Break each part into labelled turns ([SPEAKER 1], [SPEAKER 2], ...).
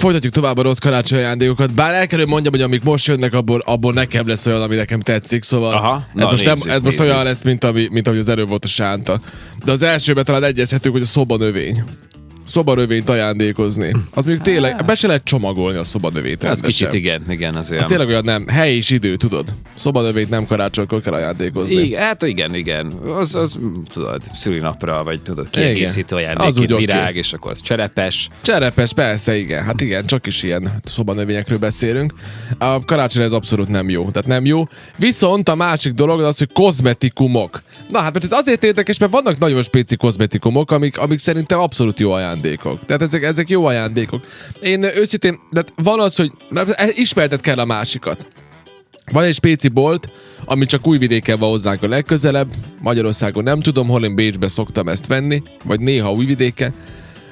[SPEAKER 1] Folytatjuk tovább a rossz karácsony ajándékokat, bár el kell, hogy mondjam, hogy amik most jönnek, abból, abból nekem lesz olyan, ami nekem tetszik, szóval
[SPEAKER 2] Aha.
[SPEAKER 1] ez,
[SPEAKER 2] Na,
[SPEAKER 1] most,
[SPEAKER 2] nézzük,
[SPEAKER 1] nem, ez most
[SPEAKER 2] nézzük.
[SPEAKER 1] olyan lesz, mint ami, mint ami az erő volt a sánta. De az elsőben talán egyezhetünk, hogy a szobanövény. Szobanövényt ajándékozni. Az mondjuk tényleg, be se lehet csomagolni a szobanövényt.
[SPEAKER 2] Hát. Ez
[SPEAKER 1] rendesen.
[SPEAKER 2] kicsit igen, igen, azért.
[SPEAKER 1] Ez tényleg olyan nem, hely és idő, tudod. Szobanövényt nem karácsonykor kell ajándékozni.
[SPEAKER 2] Igen, hát igen, igen. Az, az tudod, szülinapra, vagy tudod, kiegészítő
[SPEAKER 1] Igen.
[SPEAKER 2] ajándék,
[SPEAKER 1] Az úgy
[SPEAKER 2] két
[SPEAKER 1] oké.
[SPEAKER 2] virág, és akkor az cserepes.
[SPEAKER 1] Cserepes, persze, igen. Hát igen, csak is ilyen szobanövényekről beszélünk. A karácsony ez abszolút nem jó. Tehát nem jó. Viszont a másik dolog az, hogy kozmetikumok. Na hát, mert ez azért érdekes, mert vannak nagyon spéci kozmetikumok, amik, amik szerintem abszolút jó ajándékok. Tehát ezek, ezek jó ajándékok. Én őszintén, tehát van az, hogy ismertet kell a másikat. Van egy spéci bolt, ami csak Újvidéken van hozzánk a legközelebb. Magyarországon nem tudom, hol én Bécsbe szoktam ezt venni, vagy néha Újvidéken.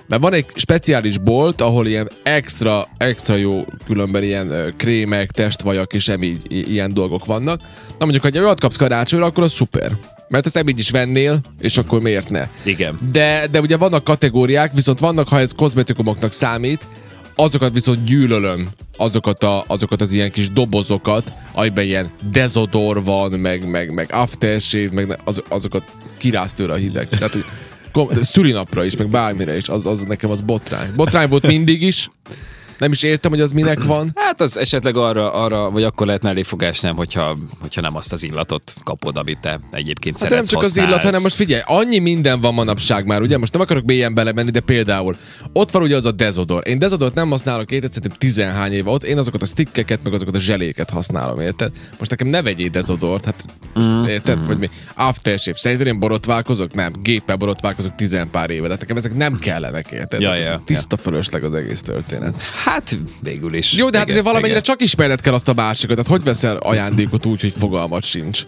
[SPEAKER 1] Mert van egy speciális bolt, ahol ilyen extra, extra jó különben ilyen ö, krémek, testvajak és emi, i- ilyen dolgok vannak. Na mondjuk, ha olyat kapsz karácsonyra, akkor az szuper. Mert ezt nem így is vennél, és akkor miért ne?
[SPEAKER 2] Igen.
[SPEAKER 1] De, de ugye vannak kategóriák, viszont vannak, ha ez kozmetikumoknak számít, azokat viszont gyűlölöm, azokat, a, azokat az ilyen kis dobozokat, amiben ilyen dezodor van, meg, meg, meg aftershave, meg ne- az, azokat kiráz tőle a hideg. Tehát, hogy kom- szülinapra is, meg bármire is, az, az nekem az botrány. Botrány volt mindig is, nem is értem, hogy az minek van.
[SPEAKER 2] Hát az esetleg arra, arra vagy akkor lehet melléfogás nem, hogyha, hogyha nem azt az illatot kapod, amit te egyébként hát
[SPEAKER 1] De nem
[SPEAKER 2] szeretsz,
[SPEAKER 1] csak az
[SPEAKER 2] használsz.
[SPEAKER 1] illat, hanem most figyelj, annyi minden van manapság már, ugye? Most nem akarok mélyen belemenni, de például ott van ugye az a dezodor. Én dezodort nem használok én szerintem tizenhány éve ott, én azokat a stickeket, meg azokat a zseléket használom, érted? Most nekem ne vegyél dezodort, hát
[SPEAKER 2] Mhm.
[SPEAKER 1] most, érted? Vagy mi? Aftershave. Szerinted én borotválkozok? Nem. Géppel borotválkozok tizen pár éve, de hát nekem ezek nem kellenek, érted?
[SPEAKER 2] Mhm. Ja,
[SPEAKER 1] Tehát
[SPEAKER 2] ja,
[SPEAKER 1] tiszta fölösleg az egész történet.
[SPEAKER 2] Hát végül is.
[SPEAKER 1] Jó, de hát
[SPEAKER 2] Igen,
[SPEAKER 1] azért valamennyire
[SPEAKER 2] igen.
[SPEAKER 1] csak ismerned kell azt a másikat. Tehát hogy veszel ajándékot úgy, hogy fogalmat sincs?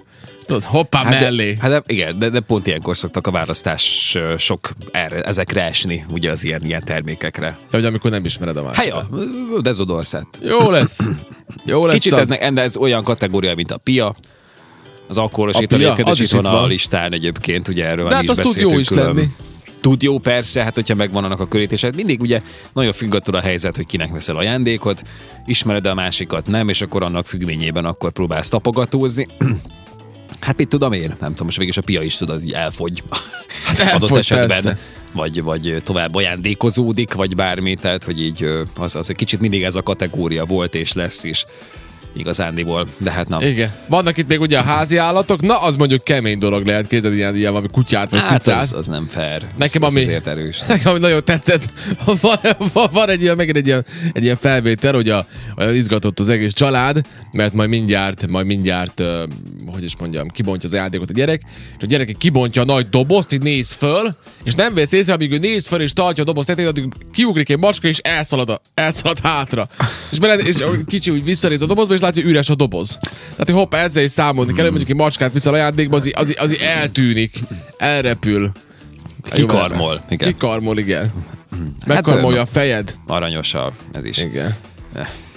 [SPEAKER 1] Tudod, hoppá,
[SPEAKER 2] Hát de-
[SPEAKER 1] mellé.
[SPEAKER 2] Hát de, igen, de, de pont ilyenkor szoktak a választás ö, sok erre, ezekre esni, ugye az ilyen, ilyen termékekre.
[SPEAKER 1] Ja, hogy amikor nem ismered a másikat.
[SPEAKER 2] Hát ja, dezodorszát.
[SPEAKER 1] Jó lesz. Jó lesz
[SPEAKER 2] Kicsit
[SPEAKER 1] az.
[SPEAKER 2] ennek, de ez olyan kategória, mint a pia, az alkoholos
[SPEAKER 1] A
[SPEAKER 2] ital
[SPEAKER 1] pia,
[SPEAKER 2] egyébként
[SPEAKER 1] az
[SPEAKER 2] is
[SPEAKER 1] is
[SPEAKER 2] itt van
[SPEAKER 1] itt
[SPEAKER 2] a
[SPEAKER 1] van.
[SPEAKER 2] listán egyébként, ugye erről
[SPEAKER 1] De
[SPEAKER 2] már
[SPEAKER 1] hát
[SPEAKER 2] mi
[SPEAKER 1] az
[SPEAKER 2] is
[SPEAKER 1] tud jó is
[SPEAKER 2] beszéltünk
[SPEAKER 1] lenni.
[SPEAKER 2] külön. Tud jó persze, hát hogyha megvan annak a körítés, hát mindig ugye nagyon függ attól a helyzet, hogy kinek veszel ajándékot, ismered a másikat, nem, és akkor annak függvényében akkor próbálsz tapogatózni. Hát mit tudom én, nem tudom, most végig is a pia is tudod, hogy elfogy. Hát
[SPEAKER 1] elfogy,
[SPEAKER 2] adott esetben.
[SPEAKER 1] persze.
[SPEAKER 2] Vagy, vagy tovább ajándékozódik, vagy bármi, tehát hogy így ö, az, az egy kicsit mindig ez a kategória volt és lesz is igazándiból, de hát nem.
[SPEAKER 1] Igen. Vannak itt még ugye a házi állatok, na az mondjuk kemény dolog lehet, képzeld ilyen, ilyen valami kutyát vagy
[SPEAKER 2] Hát
[SPEAKER 1] cicát.
[SPEAKER 2] az, az nem fair.
[SPEAKER 1] Nekem
[SPEAKER 2] az,
[SPEAKER 1] ami-
[SPEAKER 2] az azért erős.
[SPEAKER 1] Nekem ami nagyon tetszett, van, van, van egy ilyen, megint egy ilyen, egy ilyen felvétel, hogy a, a, izgatott az egész család, mert majd mindjárt, majd mindjárt, ö, hogy is mondjam, kibontja az játékot a gyerek, és a gyerek így kibontja a nagy dobozt, így néz föl, és nem vesz észre, amíg ő néz föl, és tartja a dobozt, tetejét, addig kiugrik egy macska, és elszalad, a, elszalad hátra. És, bele, és a kicsi úgy visszanéz a dobozba, és látja, hogy üres a doboz. Tehát, hogy hopp, ezzel is számolni kell, hogy mondjuk egy macskát vissza ajándékba, az, így- az, így- az így eltűnik, elrepül.
[SPEAKER 2] Kikarmol, igen. Hát,
[SPEAKER 1] Kikarmol, igen. Megkarmolja a fejed.
[SPEAKER 2] Aranyosabb, ez is.
[SPEAKER 1] Igen.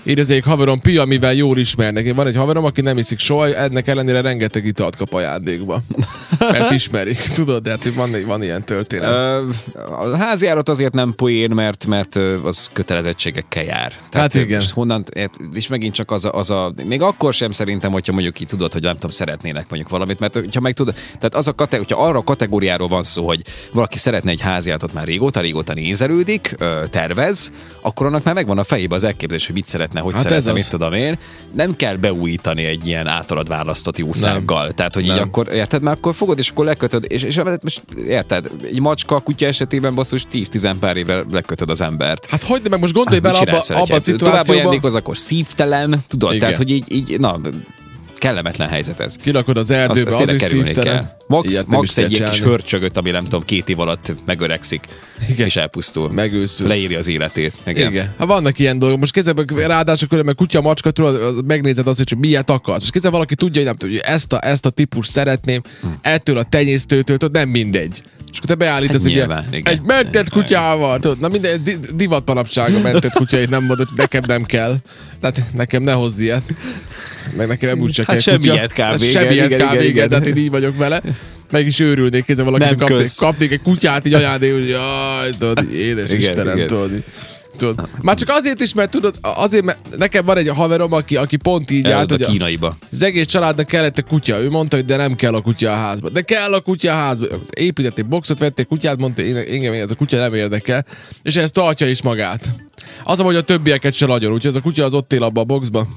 [SPEAKER 1] Érezzék haverom Pia, mivel jól ismernek. Én van egy haverom, aki nem iszik soha, ennek ellenére rengeteg italt kap ajándékba. Mert ismerik, tudod, de hát hogy van, van ilyen történet.
[SPEAKER 2] Ö, A háziárat azért nem poén, mert, mert ö, az kötelezettségekkel jár. Tehát
[SPEAKER 1] Hát igen.
[SPEAKER 2] Most honnan, és megint csak az a, az a, még akkor sem szerintem, hogyha mondjuk ki tudod, hogy nem tudom, szeretnének mondjuk valamit, mert hogyha meg tudod, tehát az a kate, hogyha arra a kategóriáról van szó, hogy valaki szeretne egy háziátot már régóta, régóta nézelődik, ö, tervez, akkor annak már megvan a fejébe az elképzelés, hogy mit szeretne, hogy
[SPEAKER 1] Hát ez
[SPEAKER 2] hát szeretne,
[SPEAKER 1] az.
[SPEAKER 2] mit tudom én. Nem kell beújítani egy ilyen általad választott jószággal. Tehát, hogy így
[SPEAKER 1] Nem.
[SPEAKER 2] akkor, érted, már akkor fogod, és akkor lekötöd, és, és hát most érted, egy macska, kutya esetében basszus 10-10 pár évre lekötöd az embert.
[SPEAKER 1] Hát hogy, de meg most gondolj
[SPEAKER 2] Ah, Mit
[SPEAKER 1] bele abba,
[SPEAKER 2] csinálsz vele,
[SPEAKER 1] abba a
[SPEAKER 2] hogyha Tovább
[SPEAKER 1] szituációba,
[SPEAKER 2] ajándékoz, akkor szívtelen,
[SPEAKER 1] Igen.
[SPEAKER 2] tudod, Igen. tehát, hogy így, így, na, kellemetlen helyzet ez.
[SPEAKER 1] kilakod az
[SPEAKER 2] Azt,
[SPEAKER 1] erdőbe,
[SPEAKER 2] azt
[SPEAKER 1] az
[SPEAKER 2] tényleg
[SPEAKER 1] is
[SPEAKER 2] kerülni
[SPEAKER 1] szívtelen.
[SPEAKER 2] kell. Max,
[SPEAKER 1] Ilyet nem
[SPEAKER 2] max
[SPEAKER 1] is
[SPEAKER 2] egy
[SPEAKER 1] kell
[SPEAKER 2] ilyen kis
[SPEAKER 1] csinálni.
[SPEAKER 2] hörcsögöt, ami nem tudom, két év alatt megöregszik,
[SPEAKER 1] Igen.
[SPEAKER 2] Igen. és elpusztul.
[SPEAKER 1] Megőszül.
[SPEAKER 2] Leírja az életét. Igen.
[SPEAKER 1] Igen.
[SPEAKER 2] Igen.
[SPEAKER 1] Igen. Hát vannak ilyen dolgok. Most kezdve ráadásul körül, mert kutya, macska, tudod, az- megnézed azt, hogy milyet akarsz. És kezdve valaki tudja, hogy nem tudja, hogy ezt a, ezt a típus szeretném,
[SPEAKER 2] Hm.
[SPEAKER 1] ettől a tenyésztőtől, tudod, nem mindegy. És akkor te beállítasz,
[SPEAKER 2] Hát
[SPEAKER 1] hogy
[SPEAKER 2] nyilván, igen.
[SPEAKER 1] egy mentett
[SPEAKER 2] Igen.
[SPEAKER 1] kutyával, tudod, na minden, ez di- divat manapság a mentett kutyait, nem mondod, hogy nekem nem kell. Tehát nekem ne hozz ilyet. Meg nekem nem úgyse
[SPEAKER 2] Hát
[SPEAKER 1] kell
[SPEAKER 2] semmi
[SPEAKER 1] kutya.
[SPEAKER 2] ilyet kb.
[SPEAKER 1] Hát
[SPEAKER 2] igen,
[SPEAKER 1] Semmi ilyet
[SPEAKER 2] igen,
[SPEAKER 1] kb.
[SPEAKER 2] igen,
[SPEAKER 1] igen,
[SPEAKER 2] igen.
[SPEAKER 1] de hát én így vagyok vele. Meg is őrülnék, kézzel valaki
[SPEAKER 2] Nem
[SPEAKER 1] kapnék,
[SPEAKER 2] kösz. Hát,
[SPEAKER 1] kapnék egy kutyát, így ajándék, hogy jaj, tudod, édes
[SPEAKER 2] Igen,
[SPEAKER 1] Istenem,
[SPEAKER 2] igen.
[SPEAKER 1] tudod. így. Tudod? Már csak azért is, mert tudod, azért, mert nekem van egy haverom, aki, aki pont így állt,
[SPEAKER 2] Elad a
[SPEAKER 1] hogy a-
[SPEAKER 2] kínaiba.
[SPEAKER 1] az egész családnak kellett egy kutya. Ő mondta, hogy de nem kell a kutya a házba. De kell a kutya a házba. Épített egy boxot, vették kutyát, mondta, én, engem ez a kutya nem érdekel. És ez tartja is magát. Az, hogy a többieket se nagyon, úgyhogy ez a kutya az ott él abba a boxba,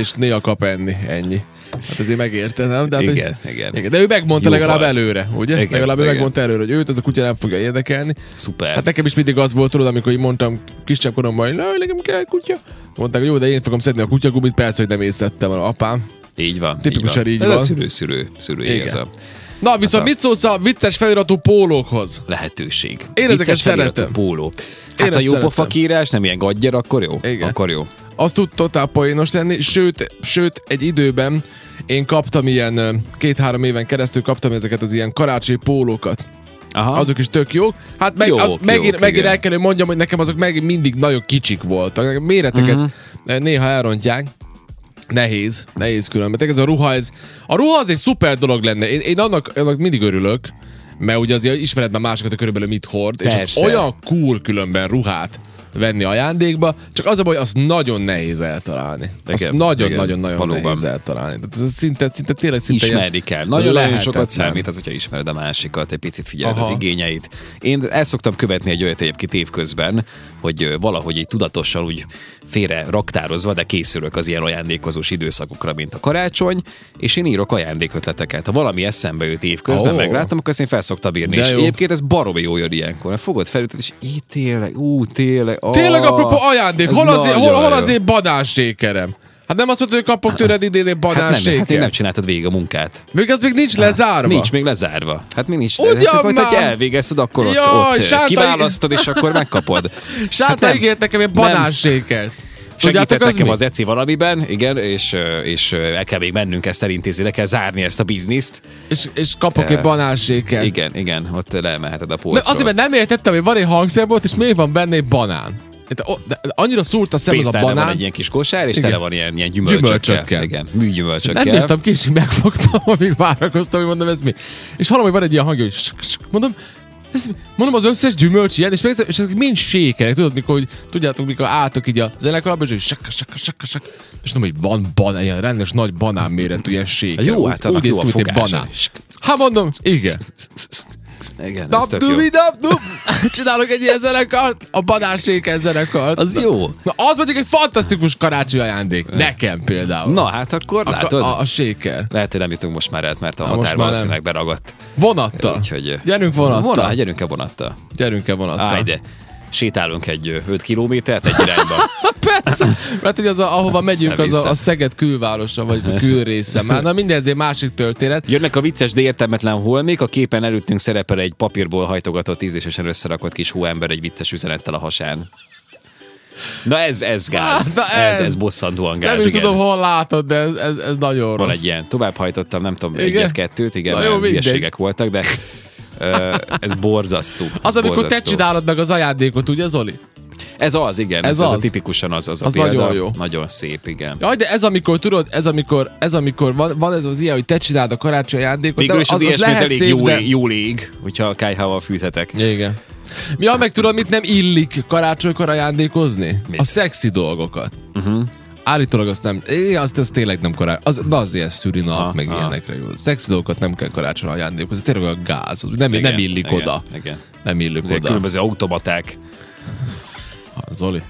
[SPEAKER 1] és néha kap enni, ennyi. Hát azért megérte, nem? De hát, hogy-
[SPEAKER 2] Igen, igen.
[SPEAKER 1] igen. De ő megmondta
[SPEAKER 2] Jóval.
[SPEAKER 1] legalább előre, ugye?
[SPEAKER 2] Igen,
[SPEAKER 1] Igen, legalább ő
[SPEAKER 2] igen.
[SPEAKER 1] megmondta előre, hogy őt ez a kutya nem fogja érdekelni.
[SPEAKER 2] Szuper.
[SPEAKER 1] Hát nekem is mindig az volt, tudod, amikor így mondtam kisebb koromban, hogy "Na, nekem kell kutya. Mondták, hogy jó, de én fogom szedni a kutyagumit, persze, hogy nem észettem el apám.
[SPEAKER 2] Így van.
[SPEAKER 1] Tipikusan így
[SPEAKER 2] van. Ez
[SPEAKER 1] van.
[SPEAKER 2] a szülő, szülő, szülő
[SPEAKER 1] Igen.
[SPEAKER 2] ez a
[SPEAKER 1] Na, viszont mit szólsz a vicces feliratú pólókhoz?
[SPEAKER 2] lehetőség. Én
[SPEAKER 1] ezeket szeretem.
[SPEAKER 2] Póló. Hát a jó
[SPEAKER 1] szeretem.
[SPEAKER 2] pofa kiírás, nem ilyen gadgyar, akkor jó?
[SPEAKER 1] Igen.
[SPEAKER 2] Akkor jó.
[SPEAKER 1] Azt tud totál poénos lenni, sőt, sőt, egy időben én kaptam ilyen, ö, két-három éven keresztül kaptam ezeket az ilyen karácsonyi pólókat.
[SPEAKER 2] Aha.
[SPEAKER 1] Azok is tök jók. Hát meg,
[SPEAKER 2] Jók,
[SPEAKER 1] az, megint,
[SPEAKER 2] jók,
[SPEAKER 1] megint
[SPEAKER 2] igen.
[SPEAKER 1] el kell, hogy mondjam, hogy nekem azok megint mindig nagyon kicsik voltak. Nekem Méreteket
[SPEAKER 2] Mhm.
[SPEAKER 1] uh-huh. néha elrontják. Nehéz, nehéz különben. Ez a ruha, ez, a ruha az egy szuper dolog lenne. Én, én annak, annak mindig örülök, mert ugye azért ismered már másokat, hogy körülbelül mit hord, és
[SPEAKER 2] Persze.
[SPEAKER 1] az olyan cool különben ruhát venni ajándékba, csak az a baj, azt nagyon nehéz eltalálni. Azt
[SPEAKER 2] Igen, igen,
[SPEAKER 1] nagyon-nagyon-nagyon
[SPEAKER 2] valóban.
[SPEAKER 1] nehéz eltalálni. Tehát ez szinte, szinte tényleg szinte ilyen
[SPEAKER 2] ismerni kell. Nagyon-nagyon sokat
[SPEAKER 1] lehetetlen.
[SPEAKER 2] számít az, hogyha ismered a másikat, egy picit figyeled
[SPEAKER 1] Aha.
[SPEAKER 2] az igényeit. Én el szoktam követni egy olyat egyébként évközben, hogy ö, valahogy így tudatosan úgy félre raktározva, de készülök az ilyen ajándékozós időszakokra, mint a karácsony, és én írok ajándékötleteket. Ha valami eszembe jut évközben,
[SPEAKER 1] Ó.
[SPEAKER 2] oh. megláttam, akkor ezt én fel szoktam írni.
[SPEAKER 1] De
[SPEAKER 2] és
[SPEAKER 1] jó.
[SPEAKER 2] egyébként ez baromi jó jön ilyenkor. Mert Fogod fel, és így tényleg, ú, tényleg. Ah,
[SPEAKER 1] Tényleg apropó ajándék,
[SPEAKER 2] ez
[SPEAKER 1] hol az, én- hol,
[SPEAKER 2] nagyon
[SPEAKER 1] hol
[SPEAKER 2] jó.
[SPEAKER 1] az én badássékerem? Hát nem azt mondtad, hogy kapok tőled idén egy
[SPEAKER 2] Hát nem,
[SPEAKER 1] badásséker?
[SPEAKER 2] hát én nem csináltad végig a munkát.
[SPEAKER 1] Még az még nincs lezárva.
[SPEAKER 2] Nincs még lezárva. Hát mi nincs.
[SPEAKER 1] Ugyan
[SPEAKER 2] hát, majd,
[SPEAKER 1] már!
[SPEAKER 2] hogy elvégezted, akkor ott,
[SPEAKER 1] Jaj,
[SPEAKER 2] ott
[SPEAKER 1] Sánta-
[SPEAKER 2] Sánta... kiválasztod, és akkor megkapod.
[SPEAKER 1] Sáta hát
[SPEAKER 2] Hát nem.
[SPEAKER 1] ígért nekem egy
[SPEAKER 2] Nem.
[SPEAKER 1] badássékert.
[SPEAKER 2] Segített
[SPEAKER 1] Tudjátok az
[SPEAKER 2] nekem
[SPEAKER 1] mi?
[SPEAKER 2] az Eci valamiben, igen, és, ö, és ö, el kell még mennünk ezt elintézni, le kell zárni ezt a bizniszt.
[SPEAKER 1] És, és kapok egy banánsékert.
[SPEAKER 2] Igen, igen, ott lemeheted a
[SPEAKER 1] De
[SPEAKER 2] polcról.
[SPEAKER 1] azért, mert nem értettem, hogy van egy hangszerbolt, és miért van benne egy banán? De, de, de annyira szúrt a szemem a
[SPEAKER 2] Pénztárnál van egy
[SPEAKER 1] banán.
[SPEAKER 2] ilyen kis kosár, és
[SPEAKER 1] Igen.
[SPEAKER 2] tele van ilyen, ilyen gyümölcsökkel.
[SPEAKER 1] Gyümölcsökkel.
[SPEAKER 2] Igen,
[SPEAKER 1] Nem
[SPEAKER 2] műgyümölcsökkel.
[SPEAKER 1] bírtam ki, és így megfogtam, amíg várakoztam, hogy mondom, ez mi. És hallom, hogy van egy ilyen hangja, hogy sk- sk- mondom, ez, mi? mondom, az összes gyümölcs ilyen, és, megnézem, és ezek mind sékerek, tudod, mikor, hogy, tudjátok, mikor álltok így a zenekarabban, és hogy sakka, sakka, sakka, sakka, és mondom, hogy van banán, ilyen rendes nagy banán méretű ilyen séker.
[SPEAKER 2] Jó,
[SPEAKER 1] Úgy-
[SPEAKER 2] hát annak
[SPEAKER 1] úgy néz
[SPEAKER 2] jó
[SPEAKER 1] ki,
[SPEAKER 2] a
[SPEAKER 1] mint egy
[SPEAKER 2] fogás.
[SPEAKER 1] banán. Hát mondom, igen.
[SPEAKER 2] Igen, ez
[SPEAKER 1] Dab,
[SPEAKER 2] tök jó.
[SPEAKER 1] dubi, dab, dub. Csinálok egy ilyen zenekart, a banán séker zenekart.
[SPEAKER 2] Az jó.
[SPEAKER 1] Na, az mondjuk egy fantasztikus karácsonyi ajándék. Nekem például.
[SPEAKER 2] Na hát akkor
[SPEAKER 1] a,
[SPEAKER 2] látod?
[SPEAKER 1] a, a séker.
[SPEAKER 2] Lehet, hogy nem jutunk most már el, mert a
[SPEAKER 1] most
[SPEAKER 2] határ
[SPEAKER 1] már
[SPEAKER 2] valószínűleg beragadt.
[SPEAKER 1] Vonattal.
[SPEAKER 2] Úgyhogy,
[SPEAKER 1] Gyerünk vonattal.
[SPEAKER 2] Vonat, gyerünk-e vonattal?
[SPEAKER 1] Gyerünk-e vonattal?
[SPEAKER 2] Állj, de sétálunk egy ö, 5 kilométert egy irányba.
[SPEAKER 1] Hát Persze, mert ugye az, a, ahova megyünk,
[SPEAKER 2] nem
[SPEAKER 1] az a,
[SPEAKER 2] hiszem.
[SPEAKER 1] a Szeged külvárosa, vagy külrésze már. Na mindez egy másik történet.
[SPEAKER 2] Jönnek a vicces, de értelmetlen holmik. A képen előttünk szerepel egy papírból hajtogatott, ízlésesen összerakott kis hóember egy vicces üzenettel a hasán. Na ez, ez gáz.
[SPEAKER 1] Na ez.
[SPEAKER 2] ez, ez bosszantóan gáz.
[SPEAKER 1] Nem is
[SPEAKER 2] igen.
[SPEAKER 1] tudom, hol látod, de ez, ez, ez nagyon
[SPEAKER 2] Van
[SPEAKER 1] rossz.
[SPEAKER 2] egy ilyen, tovább hajtottam, nem tudom,
[SPEAKER 1] Igen?
[SPEAKER 2] egyet-kettőt, igen,
[SPEAKER 1] Na
[SPEAKER 2] Na
[SPEAKER 1] jó,
[SPEAKER 2] jó,
[SPEAKER 1] mindegy.
[SPEAKER 2] hülyeségek voltak, de ö, ez borzasztó. ez
[SPEAKER 1] Az, amikor te
[SPEAKER 2] borzasztó.
[SPEAKER 1] csinálod meg az ajándékot, ugye Zoli?
[SPEAKER 2] Ez az, igen,
[SPEAKER 1] Ez
[SPEAKER 2] ez, ez az.
[SPEAKER 1] az.
[SPEAKER 2] a tipikusan az, az a
[SPEAKER 1] Az
[SPEAKER 2] példa.
[SPEAKER 1] nagyon jó.
[SPEAKER 2] Nagyon szép, igen.
[SPEAKER 1] Jaj, de ez amikor, tudod, ez amikor, ez amikor van, van ez az ilyen, hogy te csinálod a karácsony ajándékot,
[SPEAKER 2] Végül
[SPEAKER 1] de
[SPEAKER 2] is az, az ilyesmi ez
[SPEAKER 1] lehet
[SPEAKER 2] elég
[SPEAKER 1] szép,
[SPEAKER 2] jól,
[SPEAKER 1] de-
[SPEAKER 2] jól ég, hogyha a kájhával fűthetek.
[SPEAKER 1] Igen. Mi ja, meg tudod, mit nem illik karácsonykor ajándékozni? Mit? A szexi dolgokat. Uh-huh.
[SPEAKER 2] Mhm.
[SPEAKER 1] Állítólag azt nem, é, azt, azt tényleg nem karácsony. Az, na, az ilyen szüri nap,
[SPEAKER 2] Aha,
[SPEAKER 1] meg
[SPEAKER 2] aha.
[SPEAKER 1] ilyenekre jó. Szexi dolgokat nem kell karácsony ajándékozni. Tényleg a gáz, az nem,
[SPEAKER 2] Igen,
[SPEAKER 1] nem illik
[SPEAKER 2] igen,
[SPEAKER 1] oda.
[SPEAKER 2] Igen.
[SPEAKER 1] Nem illik
[SPEAKER 2] Oda.
[SPEAKER 1] oda.
[SPEAKER 2] Különböző automaták,
[SPEAKER 1] Ha, Zoli.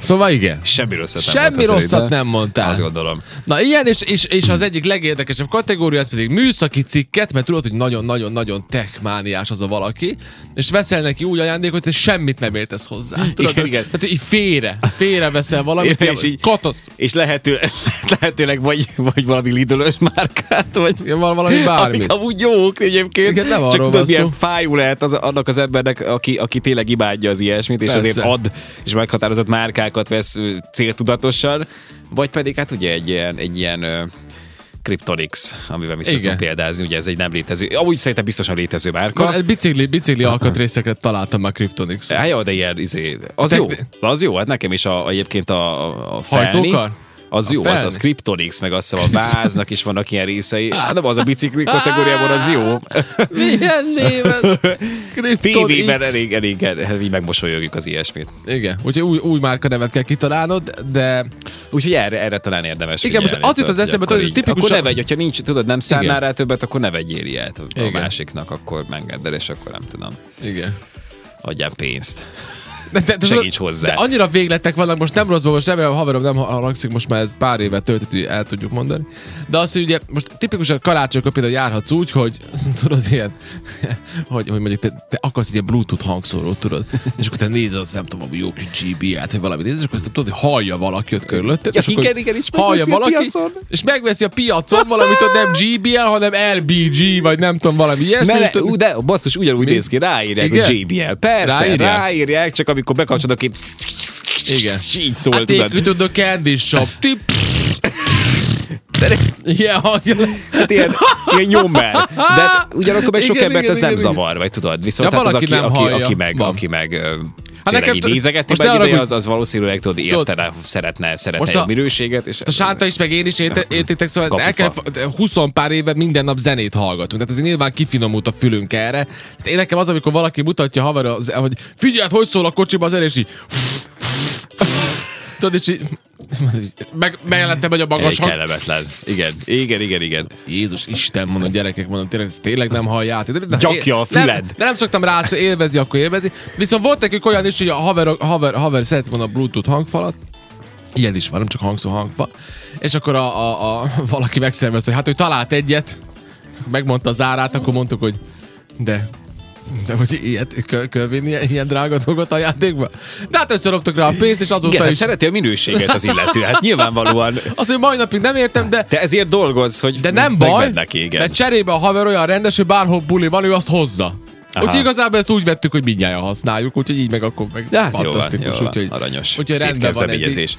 [SPEAKER 1] Szóval igen.
[SPEAKER 2] semmi rosszat nem
[SPEAKER 1] Semmi
[SPEAKER 2] mondta
[SPEAKER 1] rosszat
[SPEAKER 2] szerintem.
[SPEAKER 1] nem mondtál.
[SPEAKER 2] Azt gondolom.
[SPEAKER 1] Na ilyen, és, és, és az egyik legérdekesebb kategória, ez pedig műszaki cikket, mert tudod, hogy nagyon-nagyon-nagyon techmániás az a valaki, és veszel neki úgy ajándékot, hogy te semmit nem értesz hozzá. Tudod,
[SPEAKER 2] Igen,
[SPEAKER 1] hogy-
[SPEAKER 2] igen.
[SPEAKER 1] Tehát, hogy így félre, félre veszel valamit,
[SPEAKER 2] Igen,
[SPEAKER 1] és
[SPEAKER 2] és
[SPEAKER 1] így
[SPEAKER 2] így-
[SPEAKER 1] katoszt.
[SPEAKER 2] És lehető, lehetőleg vagy, vagy valami lidölös márkát, vagy
[SPEAKER 1] Igen, van valami bármi.
[SPEAKER 2] amik amúgy jók egyébként.
[SPEAKER 1] Igen, nem
[SPEAKER 2] Csak
[SPEAKER 1] arról van
[SPEAKER 2] tudod, milyen
[SPEAKER 1] szó.
[SPEAKER 2] fájú lehet az, annak az embernek, aki, aki tényleg imádja az ilyesmit, és
[SPEAKER 1] Persze.
[SPEAKER 2] azért ad, és meghatározott márkákat vesz ö, céltudatosan. Vagy pedig hát ugye egy ilyen, egy ilyen ö, Cryptonix, amivel mi
[SPEAKER 1] Igen.
[SPEAKER 2] szoktunk példázni, ugye ez egy nem létező, amúgy szerintem biztosan létező márka.
[SPEAKER 1] Egy bicikli, bicikli alkatrészeket találtam már Kryptonix.
[SPEAKER 2] Hát jó, de ilyen, izé, az
[SPEAKER 1] Te-
[SPEAKER 2] jó. Az jó, hát nekem is a, egyébként a, a felni.
[SPEAKER 1] Hajtókar?
[SPEAKER 2] Az jó, az
[SPEAKER 1] felni.
[SPEAKER 2] a Scriptonix, meg azt hiszem a váznak is vannak ilyen részei. Hát nem az a bicikli kategóriában, az jó.
[SPEAKER 1] Milyen néven?
[SPEAKER 2] TV-ben elég, elég, elég, így megmosolyogjuk az ilyesmit.
[SPEAKER 1] Igen, úgyhogy új, új márka nevet kell kitalálnod, de
[SPEAKER 2] Úgyhogy erre, erre talán érdemes
[SPEAKER 1] Igen, most
[SPEAKER 2] figyelni,
[SPEAKER 1] az jut az
[SPEAKER 2] tudod,
[SPEAKER 1] eszembe,
[SPEAKER 2] hogy
[SPEAKER 1] tudod, ez
[SPEAKER 2] akkor, így,
[SPEAKER 1] tipikus
[SPEAKER 2] akkor ne
[SPEAKER 1] a-
[SPEAKER 2] vegy, hogyha nincs, tudod, nem szánnál
[SPEAKER 1] Igen.
[SPEAKER 2] rá többet, akkor ne vegyél ilyet a
[SPEAKER 1] Igen.
[SPEAKER 2] másiknak, akkor megedd el, és akkor nem tudom,
[SPEAKER 1] igen.
[SPEAKER 2] adjál pénzt.
[SPEAKER 1] De, de, de,
[SPEAKER 2] Segíts hozzá.
[SPEAKER 1] De annyira végletek vannak, most nem rosszból, most remélem, a haverom nem haragszik, most már ez pár éve töltött, hogy el tudjuk mondani. De az, hogy ugye most tipikusan karácsonykor például járhatsz úgy, hogy tudod ilyen, hogy, hogy mondjuk te, te akarsz egy ilyen Bluetooth hangszórót, tudod, és akkor te nézed azt, nem tudom, a jó kis GB-ját, vagy valamit, és akkor azt tudod, hogy hallja valaki ott körülötted.
[SPEAKER 2] Ja,
[SPEAKER 1] és akkor
[SPEAKER 2] igen, igen, és
[SPEAKER 1] hallja
[SPEAKER 2] megveszi a
[SPEAKER 1] valaki,
[SPEAKER 2] piacon.
[SPEAKER 1] És megveszi a piacon valamit, hogy nem GBL, hanem LBG, vagy nem tudom, valami ilyesmi. és
[SPEAKER 2] Mele,
[SPEAKER 1] tudod-
[SPEAKER 2] ú, de basszus, ugyanúgy
[SPEAKER 1] Mi?
[SPEAKER 2] néz ki, ráírják,
[SPEAKER 1] Igen?
[SPEAKER 2] hogy JBL. Persze, ráírják.
[SPEAKER 1] Ráírják?
[SPEAKER 2] ráírják, csak amikor bekapcsolod a kép,
[SPEAKER 1] Igen.
[SPEAKER 2] így szól,
[SPEAKER 1] Hát
[SPEAKER 2] tudod.
[SPEAKER 1] tudod a candy shop. Tip. Ilyen hangja.
[SPEAKER 2] Hát ilyen, ilyen nyom el. De hát ugyanakkor meg sok
[SPEAKER 1] Igen,
[SPEAKER 2] embert
[SPEAKER 1] igen,
[SPEAKER 2] ez
[SPEAKER 1] igen,
[SPEAKER 2] nem
[SPEAKER 1] igen.
[SPEAKER 2] zavar, vagy tudod. Viszont
[SPEAKER 1] Ja,
[SPEAKER 2] hát az, aki,
[SPEAKER 1] valaki nem
[SPEAKER 2] aki,
[SPEAKER 1] hallja.
[SPEAKER 2] aki meg,
[SPEAKER 1] Van.
[SPEAKER 2] aki meg ö,
[SPEAKER 1] Hát nekem
[SPEAKER 2] tényleg így
[SPEAKER 1] tud-
[SPEAKER 2] nézegeti
[SPEAKER 1] most
[SPEAKER 2] meg
[SPEAKER 1] ne
[SPEAKER 2] ide,
[SPEAKER 1] haragudj.
[SPEAKER 2] az, az valószínűleg tudod, értene, szeretne,
[SPEAKER 1] Most
[SPEAKER 2] szeretne
[SPEAKER 1] a-
[SPEAKER 2] a, minőséget. És
[SPEAKER 1] A Sánta is, meg én is érte- értitek, szóval ezt el kell,
[SPEAKER 2] Kapifa.
[SPEAKER 1] de 20 pár éve minden nap zenét hallgatunk. Tehát azért nyilván kifinomult a fülünk erre. Tehát én nekem az, amikor valaki mutatja haver, az, hogy figyeld, hogy szól a kocsiba az zene, és így... Tudod, és így... Meg, mellettem megy a
[SPEAKER 2] Elég
[SPEAKER 1] magas hang.
[SPEAKER 2] kellemetlen. Igen, igen, igen, igen.
[SPEAKER 1] Jézus Isten, mondom, gyerekek, mondom, tényleg, ezt tényleg nem hallják. De, de,
[SPEAKER 2] Gyakja a füled.
[SPEAKER 1] Nem, de nem szoktam rá, szó, élvezi, akkor élvezi. Viszont volt nekünk olyan is, hogy a haver, haver, haver szeret volna a Bluetooth hangfalat, Ilyen is van, nem csak hangszó hangfa. És akkor a, a, a valaki megszervezte, hogy hát ő talált egyet, megmondta az árát, akkor mondtuk, hogy de de hogy ilyet, kör, körvinni ilyen, ilyen drága dolgot a játékba? De hát összeroptuk rá a pénzt, és azóta
[SPEAKER 2] Igen, hát
[SPEAKER 1] is...
[SPEAKER 2] szereti a minőséget az illető. Hát nyilvánvalóan
[SPEAKER 1] Az, hogy mai napig nem értem, de
[SPEAKER 2] te ezért dolgozz, hogy
[SPEAKER 1] de nem baj,
[SPEAKER 2] megvedd neki, igen.
[SPEAKER 1] mert cserébe a haver olyan rendes, hogy bárhol buli van, ő azt hozza.
[SPEAKER 2] Aha.
[SPEAKER 1] Úgyhogy igazából ezt úgy vettük, hogy mindjárt használjuk, úgyhogy így meg akkor meg
[SPEAKER 2] De hát jó van,
[SPEAKER 1] fantasztikus.
[SPEAKER 2] jó van,
[SPEAKER 1] úgyhogy,
[SPEAKER 2] aranyos.
[SPEAKER 1] Úgyhogy
[SPEAKER 2] Szép
[SPEAKER 1] rendben van ez így.
[SPEAKER 2] kezdeményezés.